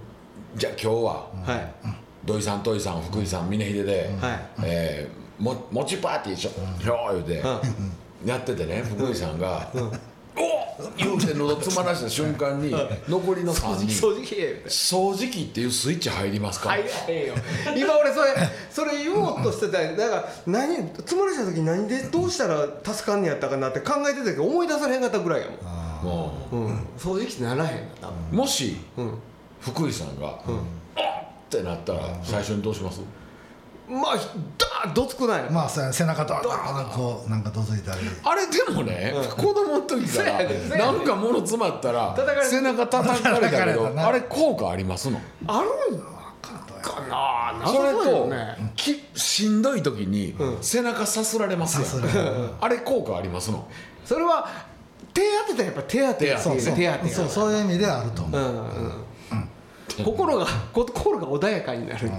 [SPEAKER 3] じゃあ今日は
[SPEAKER 1] はい、
[SPEAKER 3] 土井さん戸井さん福井さん峰秀で
[SPEAKER 1] はい
[SPEAKER 3] えーも餅パーティーしょひょー言うてやっててね福井さんが「おっ!」言うて喉詰まらした瞬間に残りの3人
[SPEAKER 1] 掃除機入れ
[SPEAKER 3] 「掃除機っていうスイッチ入りますか?」
[SPEAKER 1] 入らへんよ今俺それそれ言おうとしてたんやだから何詰まらした時何でどうしたら助かんねやったかなって考えてたけど思い出されへんかったぐらいや
[SPEAKER 3] もう
[SPEAKER 1] もん、うん、掃除機ってならへんな
[SPEAKER 3] もし
[SPEAKER 1] 多分、
[SPEAKER 3] 福井さんが「おっ!」ってなったら最初にどうします
[SPEAKER 1] うん、まあダーッどつくない、
[SPEAKER 2] まあそうや背中ドーンとこうなんかどついたり
[SPEAKER 3] あれでもね、子供の時か
[SPEAKER 1] そうやねそうやね
[SPEAKER 3] らなんか物詰まったら
[SPEAKER 1] 叩かれた
[SPEAKER 3] 背中叩かれたけ
[SPEAKER 2] 叩かれ
[SPEAKER 3] ど
[SPEAKER 2] たな
[SPEAKER 3] あれ効果ありますの
[SPEAKER 1] あるんかななさ
[SPEAKER 3] それ
[SPEAKER 1] そうよ
[SPEAKER 3] と
[SPEAKER 1] ね
[SPEAKER 3] きしんどい時に背中さすられます
[SPEAKER 2] さす
[SPEAKER 3] や
[SPEAKER 2] られる
[SPEAKER 3] んあれ効果ありますの
[SPEAKER 1] それは手当てたらやっぱ手当てや
[SPEAKER 3] 手当
[SPEAKER 1] 手当てやわ
[SPEAKER 2] そうそういう意味ではあると思う
[SPEAKER 1] 心がこ心が穏やかになる、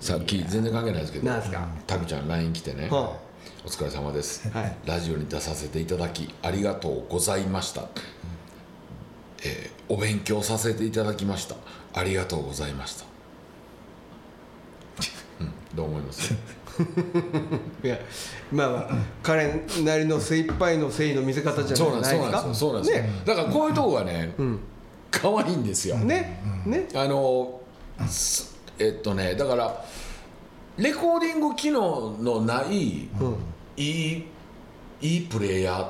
[SPEAKER 3] さっき全然関係ないですけど
[SPEAKER 1] なんすか
[SPEAKER 3] タクちゃん LINE 来てね
[SPEAKER 1] は
[SPEAKER 3] お疲れ様です、
[SPEAKER 1] はい
[SPEAKER 3] ラジオに出させていただきありがとうございました、えーお勉強させていただきましたありがとうございました、 <laughs> うん、どう思います
[SPEAKER 1] <laughs> いやまあまあ彼なりの精一杯の誠意の見せ方じ
[SPEAKER 3] そう
[SPEAKER 1] ゃ
[SPEAKER 3] なんで
[SPEAKER 1] な
[SPEAKER 3] す
[SPEAKER 1] い
[SPEAKER 3] そ
[SPEAKER 1] ですか
[SPEAKER 3] うなんですそうなんです、
[SPEAKER 1] ね
[SPEAKER 3] だからこういうとこがね、
[SPEAKER 1] ん
[SPEAKER 3] 可愛いんですよ、
[SPEAKER 1] ねね
[SPEAKER 3] あのすえっとねだからレコーディング機能のない、
[SPEAKER 1] うんは
[SPEAKER 3] いいいいプレイヤ
[SPEAKER 1] あ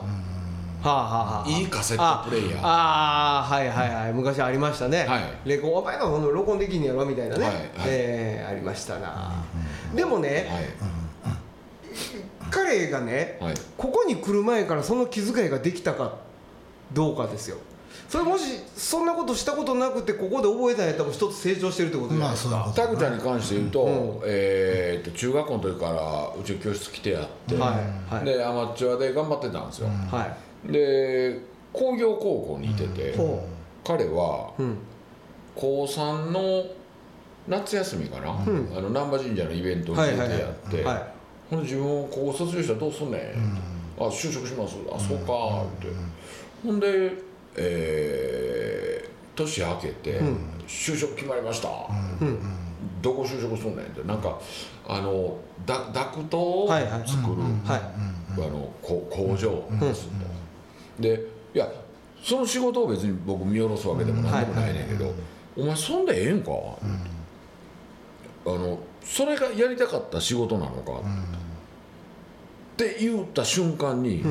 [SPEAKER 1] はあはあ
[SPEAKER 3] ーいいカセットプレイヤー
[SPEAKER 1] ああーはいはいはい昔ありましたね、
[SPEAKER 3] はい
[SPEAKER 1] レコお前のこの録音できんねやろみたいなね、
[SPEAKER 3] はいはい
[SPEAKER 1] えーありましたな、でもね、
[SPEAKER 3] は
[SPEAKER 1] 彼がね、
[SPEAKER 3] い、はい
[SPEAKER 1] ここに来る前からその気遣いができたかどうかですよそれもしそんなことしたことなくてここで覚えたんやったらもう一つ成長してるってことじゃない
[SPEAKER 2] まあ
[SPEAKER 1] です
[SPEAKER 2] そ
[SPEAKER 1] か、
[SPEAKER 2] ういうこと
[SPEAKER 3] タクちゃんに関して言うと,、
[SPEAKER 1] うん
[SPEAKER 3] えーっと中学校の時からうち教室来てやって、
[SPEAKER 1] はいはい
[SPEAKER 3] でアマチュアで頑張ってたんですよ、
[SPEAKER 1] は
[SPEAKER 3] で工業高校にいてて、
[SPEAKER 1] いほ
[SPEAKER 3] 彼は
[SPEAKER 1] ううん
[SPEAKER 3] 高3の夏休みかな、
[SPEAKER 1] ん
[SPEAKER 3] あの難波神社のイベントに
[SPEAKER 1] は
[SPEAKER 3] 出
[SPEAKER 1] い
[SPEAKER 3] て
[SPEAKER 1] はいはい
[SPEAKER 3] やって、
[SPEAKER 1] は
[SPEAKER 3] ほんで自分をここ卒業したらどうすんねんって、あ就職しますあそうか」って、ほんで、えー年明けて、就職決まりました」どこ就職すんねん」ってなんかあのダダクトを
[SPEAKER 1] はいはい
[SPEAKER 3] 作る
[SPEAKER 1] はい
[SPEAKER 3] あのこ工場ですと、でいやその仕事を別に僕見下ろすわけでも何でもないねんけど、お前そんでええんか、あのそれがやりたかった仕事なのか、って言った瞬間に、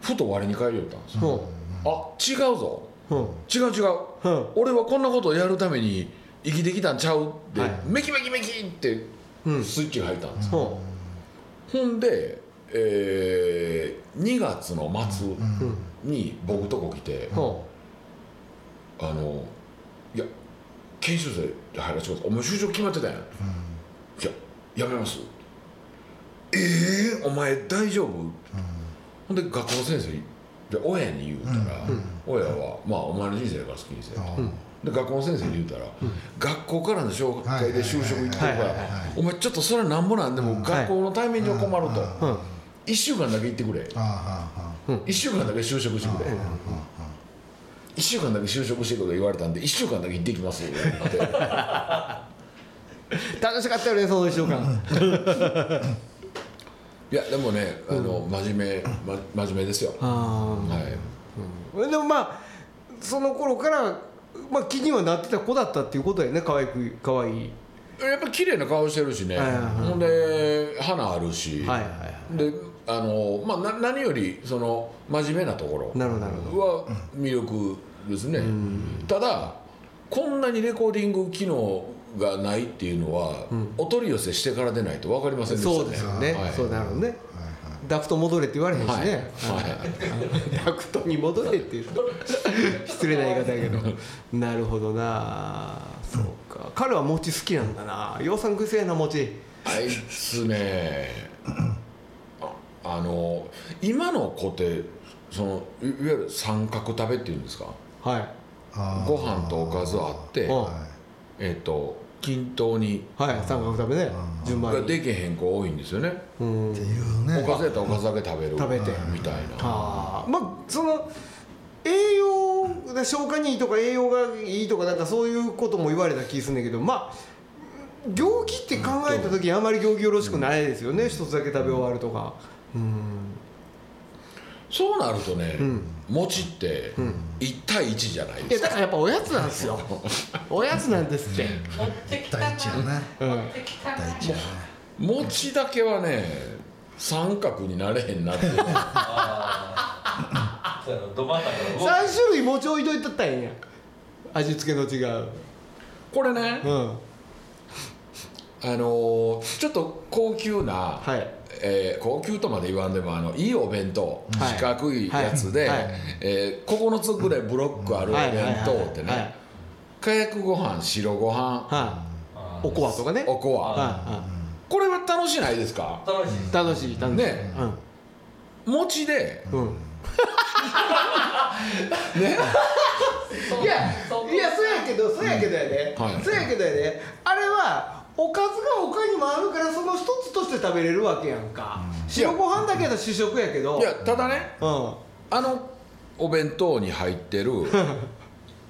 [SPEAKER 3] ふと我に返りよったんですよ、
[SPEAKER 1] ほ
[SPEAKER 3] あ違うぞ
[SPEAKER 1] うほ
[SPEAKER 3] 違う違う
[SPEAKER 1] うほ
[SPEAKER 3] 俺はこんなことをやるために生きてきたんちゃうって、
[SPEAKER 1] はい
[SPEAKER 3] メキメキメキって
[SPEAKER 1] ううん
[SPEAKER 3] スイッチが入ったんですよ
[SPEAKER 1] ほ
[SPEAKER 3] ほんで、えー2月の末
[SPEAKER 1] ううん
[SPEAKER 3] に僕とこ来て、
[SPEAKER 1] ほ
[SPEAKER 3] あのいや研修生で入らせてくださいお前就職決まってたやん、いややめますええお前大丈夫、ほんで学校の先生で親に言うたら、親は「まあお前の人生だから好きにせえ」で学校の先生に言うたら、学校からの紹介で就職行ってるか
[SPEAKER 1] はいはいはいはい
[SPEAKER 3] らお前ちょっとそれはなんぼなんでも学校のタイミングが困ると、
[SPEAKER 1] ううん
[SPEAKER 3] 1週間だけ行ってくれ
[SPEAKER 2] ああ
[SPEAKER 3] 1週間だけ就職してくれ1週間だけ就職してくれ言われたんで1週間だけ行ってきますって言われて
[SPEAKER 1] 楽しかったよねその一週間
[SPEAKER 3] いやでもねあの真面目、ま、真面目ですよは
[SPEAKER 1] あ
[SPEAKER 3] い
[SPEAKER 1] あでもまあその頃からまあ気にはなってた子だったっていうことだよね可愛く可愛い
[SPEAKER 3] やっぱ綺麗な顔してるしね
[SPEAKER 1] はいはいはい
[SPEAKER 3] ほんで花あるし、
[SPEAKER 1] はいはいはい
[SPEAKER 3] であのまあな何よりその真面目なところ
[SPEAKER 1] なるほどなるほど
[SPEAKER 3] は魅力ですね、ただこんなにレコーディング機能がないっていうのは、お取り寄せしてからでないと分かりませんでしたね
[SPEAKER 1] そうですよね、
[SPEAKER 3] はい
[SPEAKER 1] そうなるほどね、ダクト戻れって言われへんしね、
[SPEAKER 3] はい
[SPEAKER 1] はい <laughs> ダクトに戻れっていう失礼な言い方やけどなるほどなそうか彼は餅好きなんだな養蚕癖やな餅
[SPEAKER 3] あいつねああの今の子ってそのいいわゆる三角食べっていうんですか
[SPEAKER 1] はい
[SPEAKER 2] あ
[SPEAKER 3] ご飯とおかずあって
[SPEAKER 1] うん
[SPEAKER 3] えっ、と均等に
[SPEAKER 1] はい三角食べね順番
[SPEAKER 3] が
[SPEAKER 1] に
[SPEAKER 3] できへん子多いんですよね
[SPEAKER 1] うん
[SPEAKER 2] っていう
[SPEAKER 3] お
[SPEAKER 2] ね
[SPEAKER 3] かずやったらおかずだけ食べる
[SPEAKER 1] 食べて
[SPEAKER 3] みたいな
[SPEAKER 1] あーまあその栄養で消化にいいとか栄養がいいとかなんかそういうことも言われた気するんだけどまあ病気って考えた時にあまり病気よろしくないですよね、一つだけ食べ終わるとかうん
[SPEAKER 3] そうなるとね、
[SPEAKER 1] ん
[SPEAKER 3] 餅って1対1じゃない
[SPEAKER 1] い
[SPEAKER 3] で
[SPEAKER 1] や
[SPEAKER 3] す
[SPEAKER 1] だ
[SPEAKER 3] か
[SPEAKER 1] からやっぱおやつなんです <laughs> よおやつなんですって、
[SPEAKER 4] 持ってきたな
[SPEAKER 2] 大地やな
[SPEAKER 1] うん、
[SPEAKER 4] 持ってきたな
[SPEAKER 2] 大地やな
[SPEAKER 3] 餅だけはね三角になれへ
[SPEAKER 1] <laughs>
[SPEAKER 3] んなっていう
[SPEAKER 4] あーそうやろど真ん中の
[SPEAKER 1] 3種類餅置いといたったらええんや味付けの違う
[SPEAKER 3] これね
[SPEAKER 1] うん
[SPEAKER 3] あのーちょっと高級な、
[SPEAKER 1] はい
[SPEAKER 3] えー高級とまで言わんでもあのいいお弁当、
[SPEAKER 1] はい
[SPEAKER 3] 四角いやつで、
[SPEAKER 1] はいはい
[SPEAKER 3] えー、9つぐらいブロックあるお
[SPEAKER 1] はいはい
[SPEAKER 3] 弁
[SPEAKER 1] はい
[SPEAKER 3] 当ってねかやくご飯白ご飯
[SPEAKER 1] は
[SPEAKER 4] あ
[SPEAKER 1] いおこわとかね
[SPEAKER 3] おこわ
[SPEAKER 1] は
[SPEAKER 3] これは楽しないですか
[SPEAKER 4] ー楽しい
[SPEAKER 1] い楽しい楽しい
[SPEAKER 3] ね餅で
[SPEAKER 1] うん、うん
[SPEAKER 3] ね
[SPEAKER 4] そう
[SPEAKER 1] いや
[SPEAKER 4] そう
[SPEAKER 1] いやそうやけどそうやけどやで、
[SPEAKER 3] うんはい
[SPEAKER 1] そうやけどやであれはおかずが他にもあるからその一つとして食べれるわけやんか、白ご飯だけやったら主食やけど
[SPEAKER 3] いやただね
[SPEAKER 1] うん
[SPEAKER 3] あのお弁当に入って
[SPEAKER 1] <laughs>
[SPEAKER 3] る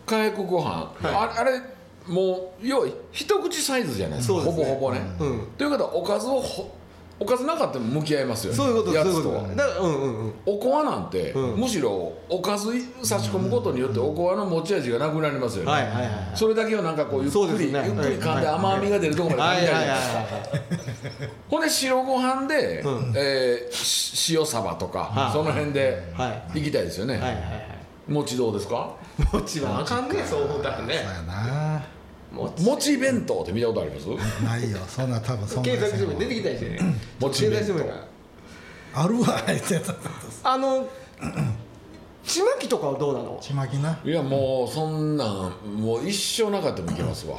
[SPEAKER 3] かやくご飯、ああれもう要は一口サイズじゃないですか
[SPEAKER 1] そうですね
[SPEAKER 3] ほぼほぼね、
[SPEAKER 1] うん
[SPEAKER 3] ということはおかずをほおかずなかったら向き合いますよね
[SPEAKER 1] そういうこと
[SPEAKER 3] や
[SPEAKER 1] そうい
[SPEAKER 3] つ
[SPEAKER 1] うことと
[SPEAKER 3] は
[SPEAKER 1] だからうんうんうん
[SPEAKER 3] おこわなんて、
[SPEAKER 1] うん
[SPEAKER 3] むしろおかず差し込むことによっておこわの持ち味がなくなりますよね、
[SPEAKER 1] はいはいはい
[SPEAKER 3] それだけをなんかこうゆっ
[SPEAKER 1] そう
[SPEAKER 3] く
[SPEAKER 1] で
[SPEAKER 3] り、
[SPEAKER 1] すね
[SPEAKER 3] ゆっくり噛んで
[SPEAKER 1] はい
[SPEAKER 3] 甘みが出るところま
[SPEAKER 1] は
[SPEAKER 3] で
[SPEAKER 1] い
[SPEAKER 3] 噛み
[SPEAKER 1] は
[SPEAKER 3] た
[SPEAKER 1] い
[SPEAKER 3] いじゃ
[SPEAKER 1] は
[SPEAKER 3] ないですか
[SPEAKER 1] い
[SPEAKER 3] ほんで白ご飯で、
[SPEAKER 1] うん
[SPEAKER 3] えーし塩サバとか、
[SPEAKER 1] はい
[SPEAKER 3] その辺で
[SPEAKER 1] はい
[SPEAKER 3] きたいですよね、
[SPEAKER 1] はいはいはい
[SPEAKER 3] 餅どうですか
[SPEAKER 1] 餅はあかんねそう思ったらね
[SPEAKER 2] そうやな
[SPEAKER 1] 餅
[SPEAKER 3] 餅弁当って見たことあります
[SPEAKER 2] ないよそんな多分そんな
[SPEAKER 1] 検索しても出てきたりしてね
[SPEAKER 3] 餅弁当
[SPEAKER 1] 検索してもやから
[SPEAKER 2] あるわ言ってた
[SPEAKER 1] あのちまきとかはどうなの
[SPEAKER 2] ちまきない
[SPEAKER 3] やもうそんなんもう一生なかったもいけますわ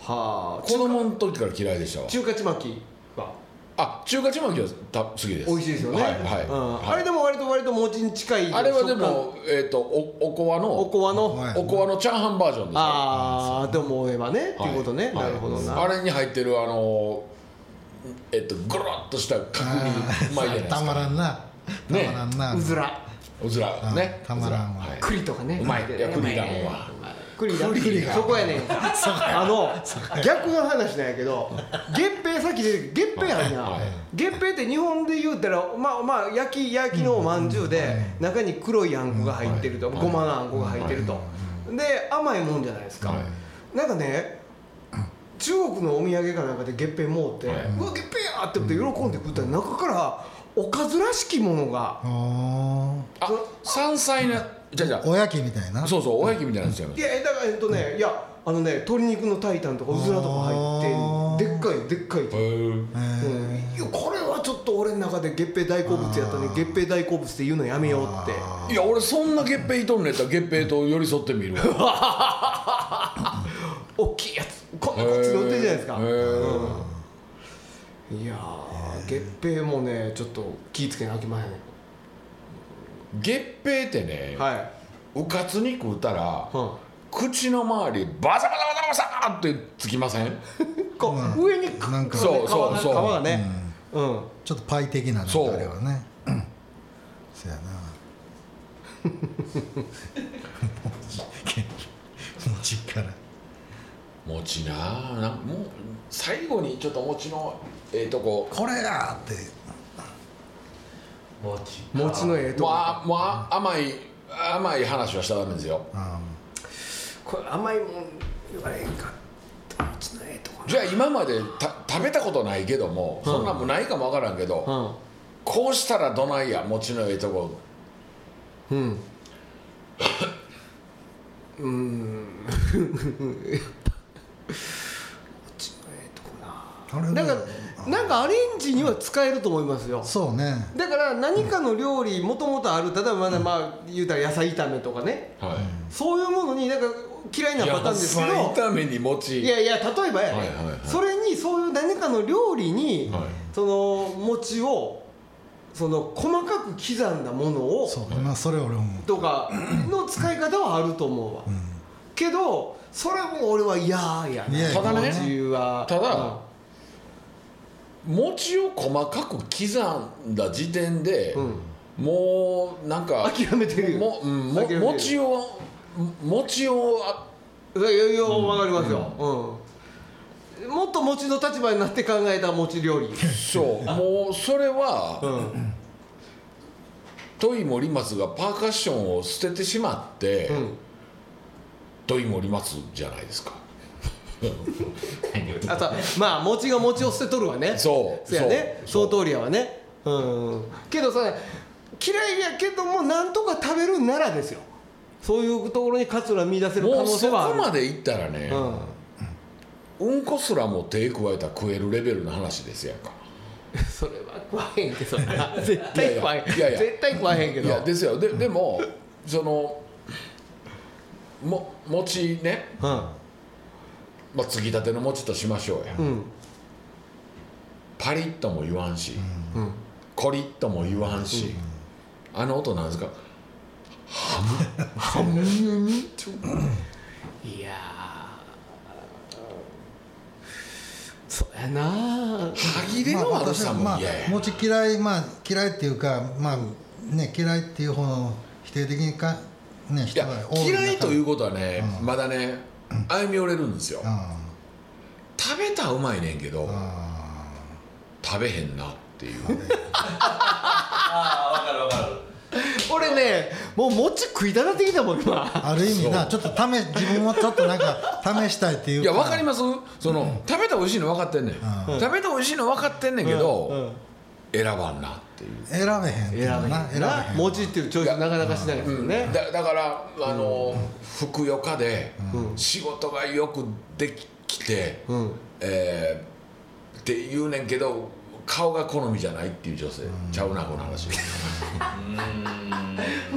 [SPEAKER 1] はあ
[SPEAKER 3] 子供の時から嫌いでしたわ
[SPEAKER 1] 中華ちまきは
[SPEAKER 3] あ中華ちまきはた好きです
[SPEAKER 1] 美味しいですよね、
[SPEAKER 3] はいはい、
[SPEAKER 1] うん
[SPEAKER 3] はい
[SPEAKER 1] あれでも割と割と餅に近い
[SPEAKER 3] あれはで
[SPEAKER 1] 食感
[SPEAKER 3] も、えー、とおおこわの
[SPEAKER 1] お
[SPEAKER 3] おこ
[SPEAKER 1] こわの、
[SPEAKER 2] おこわ
[SPEAKER 3] わのチャーハンバージョンですよ
[SPEAKER 1] ああと思えばね、っていうことね、
[SPEAKER 3] はい
[SPEAKER 1] なるほどな、
[SPEAKER 3] あれに入ってるあのえっとゴロッとした角煮うまいじゃないです
[SPEAKER 2] たま
[SPEAKER 3] から
[SPEAKER 2] んなたまらんな
[SPEAKER 1] うずら
[SPEAKER 3] うずらね
[SPEAKER 2] たまらんわ
[SPEAKER 3] うずはい
[SPEAKER 1] 栗とかね
[SPEAKER 3] うまいいや栗だもんは
[SPEAKER 1] 栗だ栗だそこやねんあの逆の話なんやけど月餅さっき出てきた月餅あるな
[SPEAKER 3] はい
[SPEAKER 1] 月餅って日本で言うたらまあまあ焼き焼きのおまんじゅうで中に黒いあんこが入ってると
[SPEAKER 3] はい
[SPEAKER 1] ごまのあんこが入ってるとで甘いもんじゃないですか
[SPEAKER 3] は
[SPEAKER 1] なんかね中国のお土産かなんかで月餅もうて「う
[SPEAKER 3] は
[SPEAKER 1] わ
[SPEAKER 3] い
[SPEAKER 1] 月餅や!」って言って喜んで食ったら中からおかずらしきものが
[SPEAKER 2] お
[SPEAKER 3] あ山菜なじゃあじゃ
[SPEAKER 2] ーおやきみたいな
[SPEAKER 3] あそうそうおやきみたいなやつやん
[SPEAKER 1] いやだからえっとね、いやあのね鶏肉のタイタンとかうずらとか入ってんでっかいでっかい、うん、い
[SPEAKER 2] へー
[SPEAKER 1] やこれはちょっと俺の中で月餅大好物やったね月餅大好物って言うのやめようって
[SPEAKER 3] いや俺そんな月餅いとんねやったら月餅と寄り添ってみるわこ
[SPEAKER 1] 大きいやつこんなこっち乗ってるじゃないですか、いやー月餅もねちょっと気ぃつけなあきまへん
[SPEAKER 3] 月餅ってね、
[SPEAKER 1] はい、
[SPEAKER 3] うかつに食うたら、
[SPEAKER 1] うん
[SPEAKER 3] 口の周りバサバサバサバサーってつきません
[SPEAKER 1] こう上にか
[SPEAKER 2] なんか
[SPEAKER 3] そうそう
[SPEAKER 1] 皮が
[SPEAKER 3] そう
[SPEAKER 1] 皮がねうん、
[SPEAKER 2] ちょっとパイ的なね
[SPEAKER 3] そう
[SPEAKER 2] あれはねうんそやなもうもう実から
[SPEAKER 3] 餅なあなんもう最後にちょっと餅のええとこ
[SPEAKER 2] これだって
[SPEAKER 4] 餅
[SPEAKER 1] 餅のええとこ
[SPEAKER 3] まあまあ甘い甘い話はしたらダメですよ
[SPEAKER 2] あ
[SPEAKER 1] これ甘いもん言われへんかった餅のええとこ
[SPEAKER 3] じゃあ今までた食べたことないけども、そんなんもないかもわからんけど、こうしたらどないや餅のええとこ
[SPEAKER 1] うん。うーん。 <laughs>
[SPEAKER 2] あれ
[SPEAKER 1] な
[SPEAKER 2] だ
[SPEAKER 1] んか、なんかアレンジには使えると思いますよ。
[SPEAKER 2] そうね
[SPEAKER 1] だから何かの料理もともとある例えばまだまあ言うたら野菜炒めとかね
[SPEAKER 3] は
[SPEAKER 1] そういうものになんか嫌い
[SPEAKER 3] い
[SPEAKER 1] なパターンですけ
[SPEAKER 3] 野菜
[SPEAKER 1] ど
[SPEAKER 3] 炒めに餅
[SPEAKER 1] いやいや例えばやね
[SPEAKER 3] はいはいはい
[SPEAKER 1] それにそういう何かの料理に
[SPEAKER 3] はい
[SPEAKER 1] その餅をその細かく刻んだものを
[SPEAKER 2] そう今それ俺も
[SPEAKER 1] とかの使い方はあると思うわ、けどそれも俺は嫌やない
[SPEAKER 2] や
[SPEAKER 3] ただね
[SPEAKER 1] 自由は
[SPEAKER 3] ただ餅を細かく刻んだ時点で、
[SPEAKER 1] ん
[SPEAKER 3] もうなんか
[SPEAKER 1] 諦めてるよ
[SPEAKER 3] もうんも
[SPEAKER 1] 諦めてる
[SPEAKER 3] 餅を餅をあ
[SPEAKER 1] うん、いやいや分かりますよ、うんもっと餅の立場になって考えた餅料
[SPEAKER 3] <laughs>
[SPEAKER 1] 理
[SPEAKER 3] そうもうそれは、
[SPEAKER 1] うん、
[SPEAKER 3] トイモリマスがパーカッションを捨ててしまって、
[SPEAKER 1] うん、
[SPEAKER 3] トイモリマスじゃないですか
[SPEAKER 1] あとはまあ餅が餅を捨てとるわね
[SPEAKER 3] そう
[SPEAKER 1] そやね
[SPEAKER 3] そ
[SPEAKER 1] そうの通りやわねうんけどさ嫌いやけどもなんとか食べるならですよそういうところに活路は見出せる可能
[SPEAKER 3] もう
[SPEAKER 1] 性
[SPEAKER 3] そ
[SPEAKER 1] はあ
[SPEAKER 3] こ
[SPEAKER 1] る
[SPEAKER 3] までいったらね、
[SPEAKER 1] うん
[SPEAKER 3] うん、こすらも手加えたら食えるレベルの話ですやんか
[SPEAKER 1] <laughs> それは食わへんけどな絶対食わへん
[SPEAKER 3] いやいや
[SPEAKER 1] 絶対食わへんけ
[SPEAKER 3] い
[SPEAKER 1] ど
[SPEAKER 3] やですよででもそのも餅ね、
[SPEAKER 1] うん
[SPEAKER 3] まあ、つぎたての餅としましょうや、
[SPEAKER 1] うん
[SPEAKER 3] パリッとも言わんし、
[SPEAKER 1] うん
[SPEAKER 3] コリッとも言わんし、あの音なんですか
[SPEAKER 1] いやーそうやな
[SPEAKER 3] 歯切れの悪さ
[SPEAKER 2] ま
[SPEAKER 3] も
[SPEAKER 2] あ
[SPEAKER 3] 嫌や、
[SPEAKER 2] 餅嫌いまあ嫌いっていうかまあね嫌いっていう方の否定的にかね
[SPEAKER 3] い
[SPEAKER 2] 人
[SPEAKER 3] や
[SPEAKER 2] が多い中
[SPEAKER 3] 嫌いということはね、まだね歩み寄れるんですよ、
[SPEAKER 2] あ
[SPEAKER 3] 食べたらうまいねんけど、
[SPEAKER 2] あ
[SPEAKER 3] 食べへんなっていう
[SPEAKER 4] ああ分かる分かる
[SPEAKER 1] 俺ねもう餅食いたなってきたもん今
[SPEAKER 2] ある意味なちょっと試し自分もちょっとなん
[SPEAKER 3] <laughs>
[SPEAKER 2] か試したいっていう
[SPEAKER 3] い
[SPEAKER 2] い
[SPEAKER 3] や分かりますその、食べたら美味しいの分かってんねん、食べたら美味しいの分かってんねんけど、選ばんなっていう
[SPEAKER 2] 選べへんっていうのな選べへん
[SPEAKER 1] 餅っていうチョイスなかなかしないですよね
[SPEAKER 3] だだからあの、ふくよかで、仕事がよくできて、
[SPEAKER 1] ん
[SPEAKER 3] えーって言うねんけど顔が好みじゃないっていう女性、ちゃうなこの話
[SPEAKER 1] ふ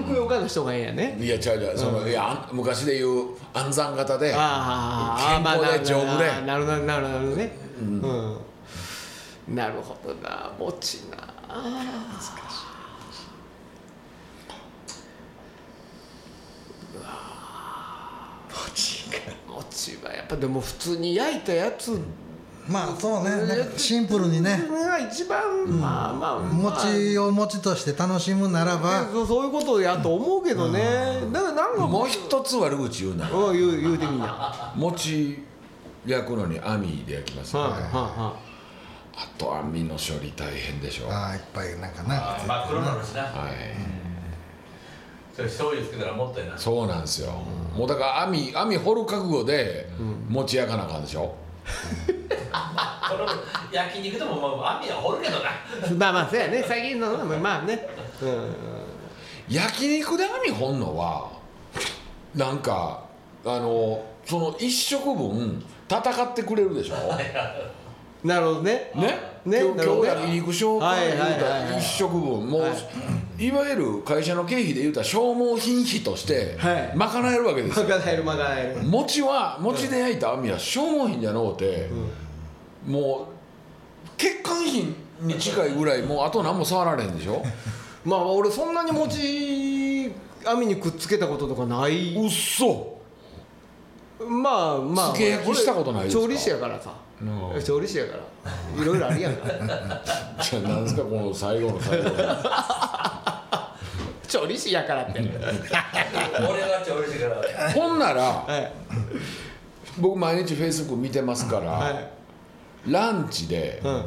[SPEAKER 1] くよかな人がええんやね
[SPEAKER 3] いやちゃうちゃうその、いやあん昔で言う暗算型で
[SPEAKER 1] ああ
[SPEAKER 3] 健康で丈夫で
[SPEAKER 1] なるほどなるほどなるほどねうんなるほどな餅な難しい餅はやっぱでも普通に焼いたやつ
[SPEAKER 2] まあそうねなんかシンプルにね
[SPEAKER 1] これが一番、まあまあ、まあ
[SPEAKER 2] 餅を餅として楽しむならば
[SPEAKER 1] そうそういうことやと思うけどね、だからなんか
[SPEAKER 3] もう一つ悪口言うなら
[SPEAKER 1] うん言う言うてみんなは
[SPEAKER 3] 餅焼くのに網で焼きま
[SPEAKER 1] い
[SPEAKER 3] すよ
[SPEAKER 1] は
[SPEAKER 3] ね、
[SPEAKER 1] いはい
[SPEAKER 3] あと網の処理大変でしょは
[SPEAKER 2] ああいっぱいなんか
[SPEAKER 4] あー真っ黒
[SPEAKER 2] な
[SPEAKER 4] なるしな、
[SPEAKER 3] い
[SPEAKER 4] それ醤油つけたらもったいな
[SPEAKER 3] そうなんですよもうだから網網掘る覚悟で餅焼かなあかんでしょ
[SPEAKER 4] その焼肉でもまあ網は掘るけどな
[SPEAKER 1] まあまあそうやね最近のまあねうん
[SPEAKER 3] 焼肉で網掘んのはなんかあのその一食分戦ってくれるでしょ
[SPEAKER 1] なるほどね
[SPEAKER 3] ね
[SPEAKER 1] ね
[SPEAKER 3] 今
[SPEAKER 1] な
[SPEAKER 3] 日
[SPEAKER 1] るほど
[SPEAKER 3] 今日焼肉しようか
[SPEAKER 1] はいは
[SPEAKER 3] 言う
[SPEAKER 1] いはい
[SPEAKER 3] たら一食分もう、、
[SPEAKER 1] はい
[SPEAKER 3] わゆる会社の経費で言うたら消耗品費として
[SPEAKER 1] はい
[SPEAKER 3] 賄えるわけです
[SPEAKER 1] ま
[SPEAKER 3] よ、
[SPEAKER 1] かえるまかえる
[SPEAKER 3] 餅は餅で焼いた網は消耗品じゃのうて、もう欠陥品に近いぐらいもうあと何も触られへんでし
[SPEAKER 1] <laughs>
[SPEAKER 3] ょ
[SPEAKER 1] まあ俺そんなに餅網にくっつけたこととかないう
[SPEAKER 3] っそ
[SPEAKER 1] まあまあ
[SPEAKER 3] つけ焼きしたことないですか
[SPEAKER 1] 調理師やからさ
[SPEAKER 3] うん
[SPEAKER 1] 調理師やからいろいろあるやんか
[SPEAKER 3] <laughs> じゃあ何ですかこの最後の最
[SPEAKER 1] <laughs>
[SPEAKER 3] 後の
[SPEAKER 1] 調理師やからって
[SPEAKER 4] 俺が調理してから
[SPEAKER 3] ほんなら
[SPEAKER 1] はい
[SPEAKER 3] 僕毎日フェイスブック見てますから、
[SPEAKER 1] はい
[SPEAKER 3] ランチで
[SPEAKER 1] うん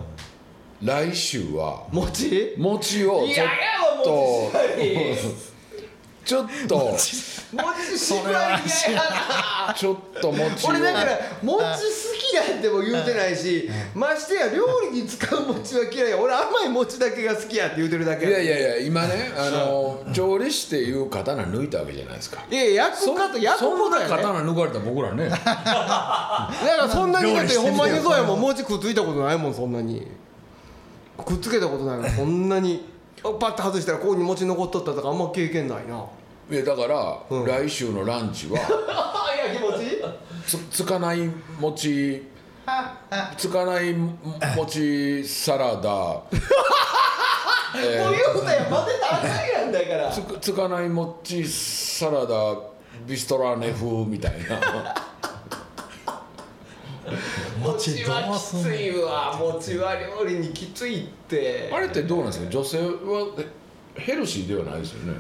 [SPEAKER 3] 来週は
[SPEAKER 1] 餅
[SPEAKER 3] 餅を
[SPEAKER 1] い
[SPEAKER 3] ち
[SPEAKER 1] や
[SPEAKER 3] ょっ
[SPEAKER 1] やわ
[SPEAKER 3] と
[SPEAKER 1] 餅縛り
[SPEAKER 3] <laughs> ちょっと
[SPEAKER 1] 餅縛り嫌やな
[SPEAKER 3] ちょっと餅を
[SPEAKER 1] 俺だから餅好きなんても言うてないしましてや料理に使う餅は嫌いや俺甘い餅だけが好きやって言うてるだけ
[SPEAKER 3] いやいやいや今ねあの調理師っていう刀抜いたわけじゃないですか
[SPEAKER 1] いやいや焼く方焼く
[SPEAKER 3] そん
[SPEAKER 1] こと
[SPEAKER 3] な
[SPEAKER 1] やねだか
[SPEAKER 3] 刀抜かれた僕 <laughs> らね
[SPEAKER 1] らそんなにだって
[SPEAKER 2] 料
[SPEAKER 1] ほ
[SPEAKER 2] 理してみ
[SPEAKER 1] ん
[SPEAKER 2] た
[SPEAKER 1] ま
[SPEAKER 2] いな
[SPEAKER 1] にそうやもん餅くっついたことないもんそんなにくっつけたことないからそんなにあパッと外したらここに餅残っとったとかあんま経験ないない
[SPEAKER 3] やだから、
[SPEAKER 1] うん
[SPEAKER 3] 来週のランチ <laughs> は
[SPEAKER 1] ああ焼き餅
[SPEAKER 3] つつかない餅つかないも餅サラダ
[SPEAKER 1] もう言うたやん混ぜたらあかんやんだから
[SPEAKER 3] つくつかない餅サラダビストラーネ風みたい <laughs> な
[SPEAKER 2] 餅どうすんの
[SPEAKER 1] いわ餅は料理にきついって
[SPEAKER 3] あれってどうなんですか女性はえヘルシーではないですよね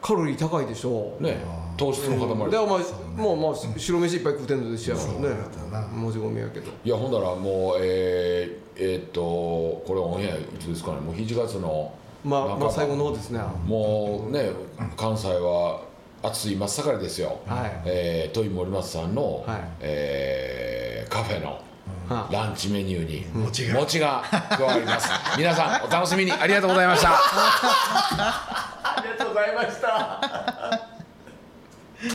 [SPEAKER 1] カロリー高いでしょ
[SPEAKER 3] ね糖質の塊
[SPEAKER 1] でお前もうまあ白飯いっぱい食うてんのでしやもんね
[SPEAKER 2] そうだな
[SPEAKER 1] もち米やけど
[SPEAKER 3] いやほんだらもうえー、えーっとこれオンエアいつですかねもう7月の
[SPEAKER 1] まあ
[SPEAKER 3] 半
[SPEAKER 1] ま
[SPEAKER 3] ば
[SPEAKER 1] あ最後の方ですね
[SPEAKER 3] もうね関西は暑い真っ盛りですよ、
[SPEAKER 1] はい
[SPEAKER 3] えー、トイ森松さんの、
[SPEAKER 1] はい
[SPEAKER 3] えーカフェの
[SPEAKER 1] は
[SPEAKER 3] ランチメニューに
[SPEAKER 2] 餅が
[SPEAKER 3] 餅が加わります皆さんお楽しみにありがとうございました
[SPEAKER 4] ありがとうございました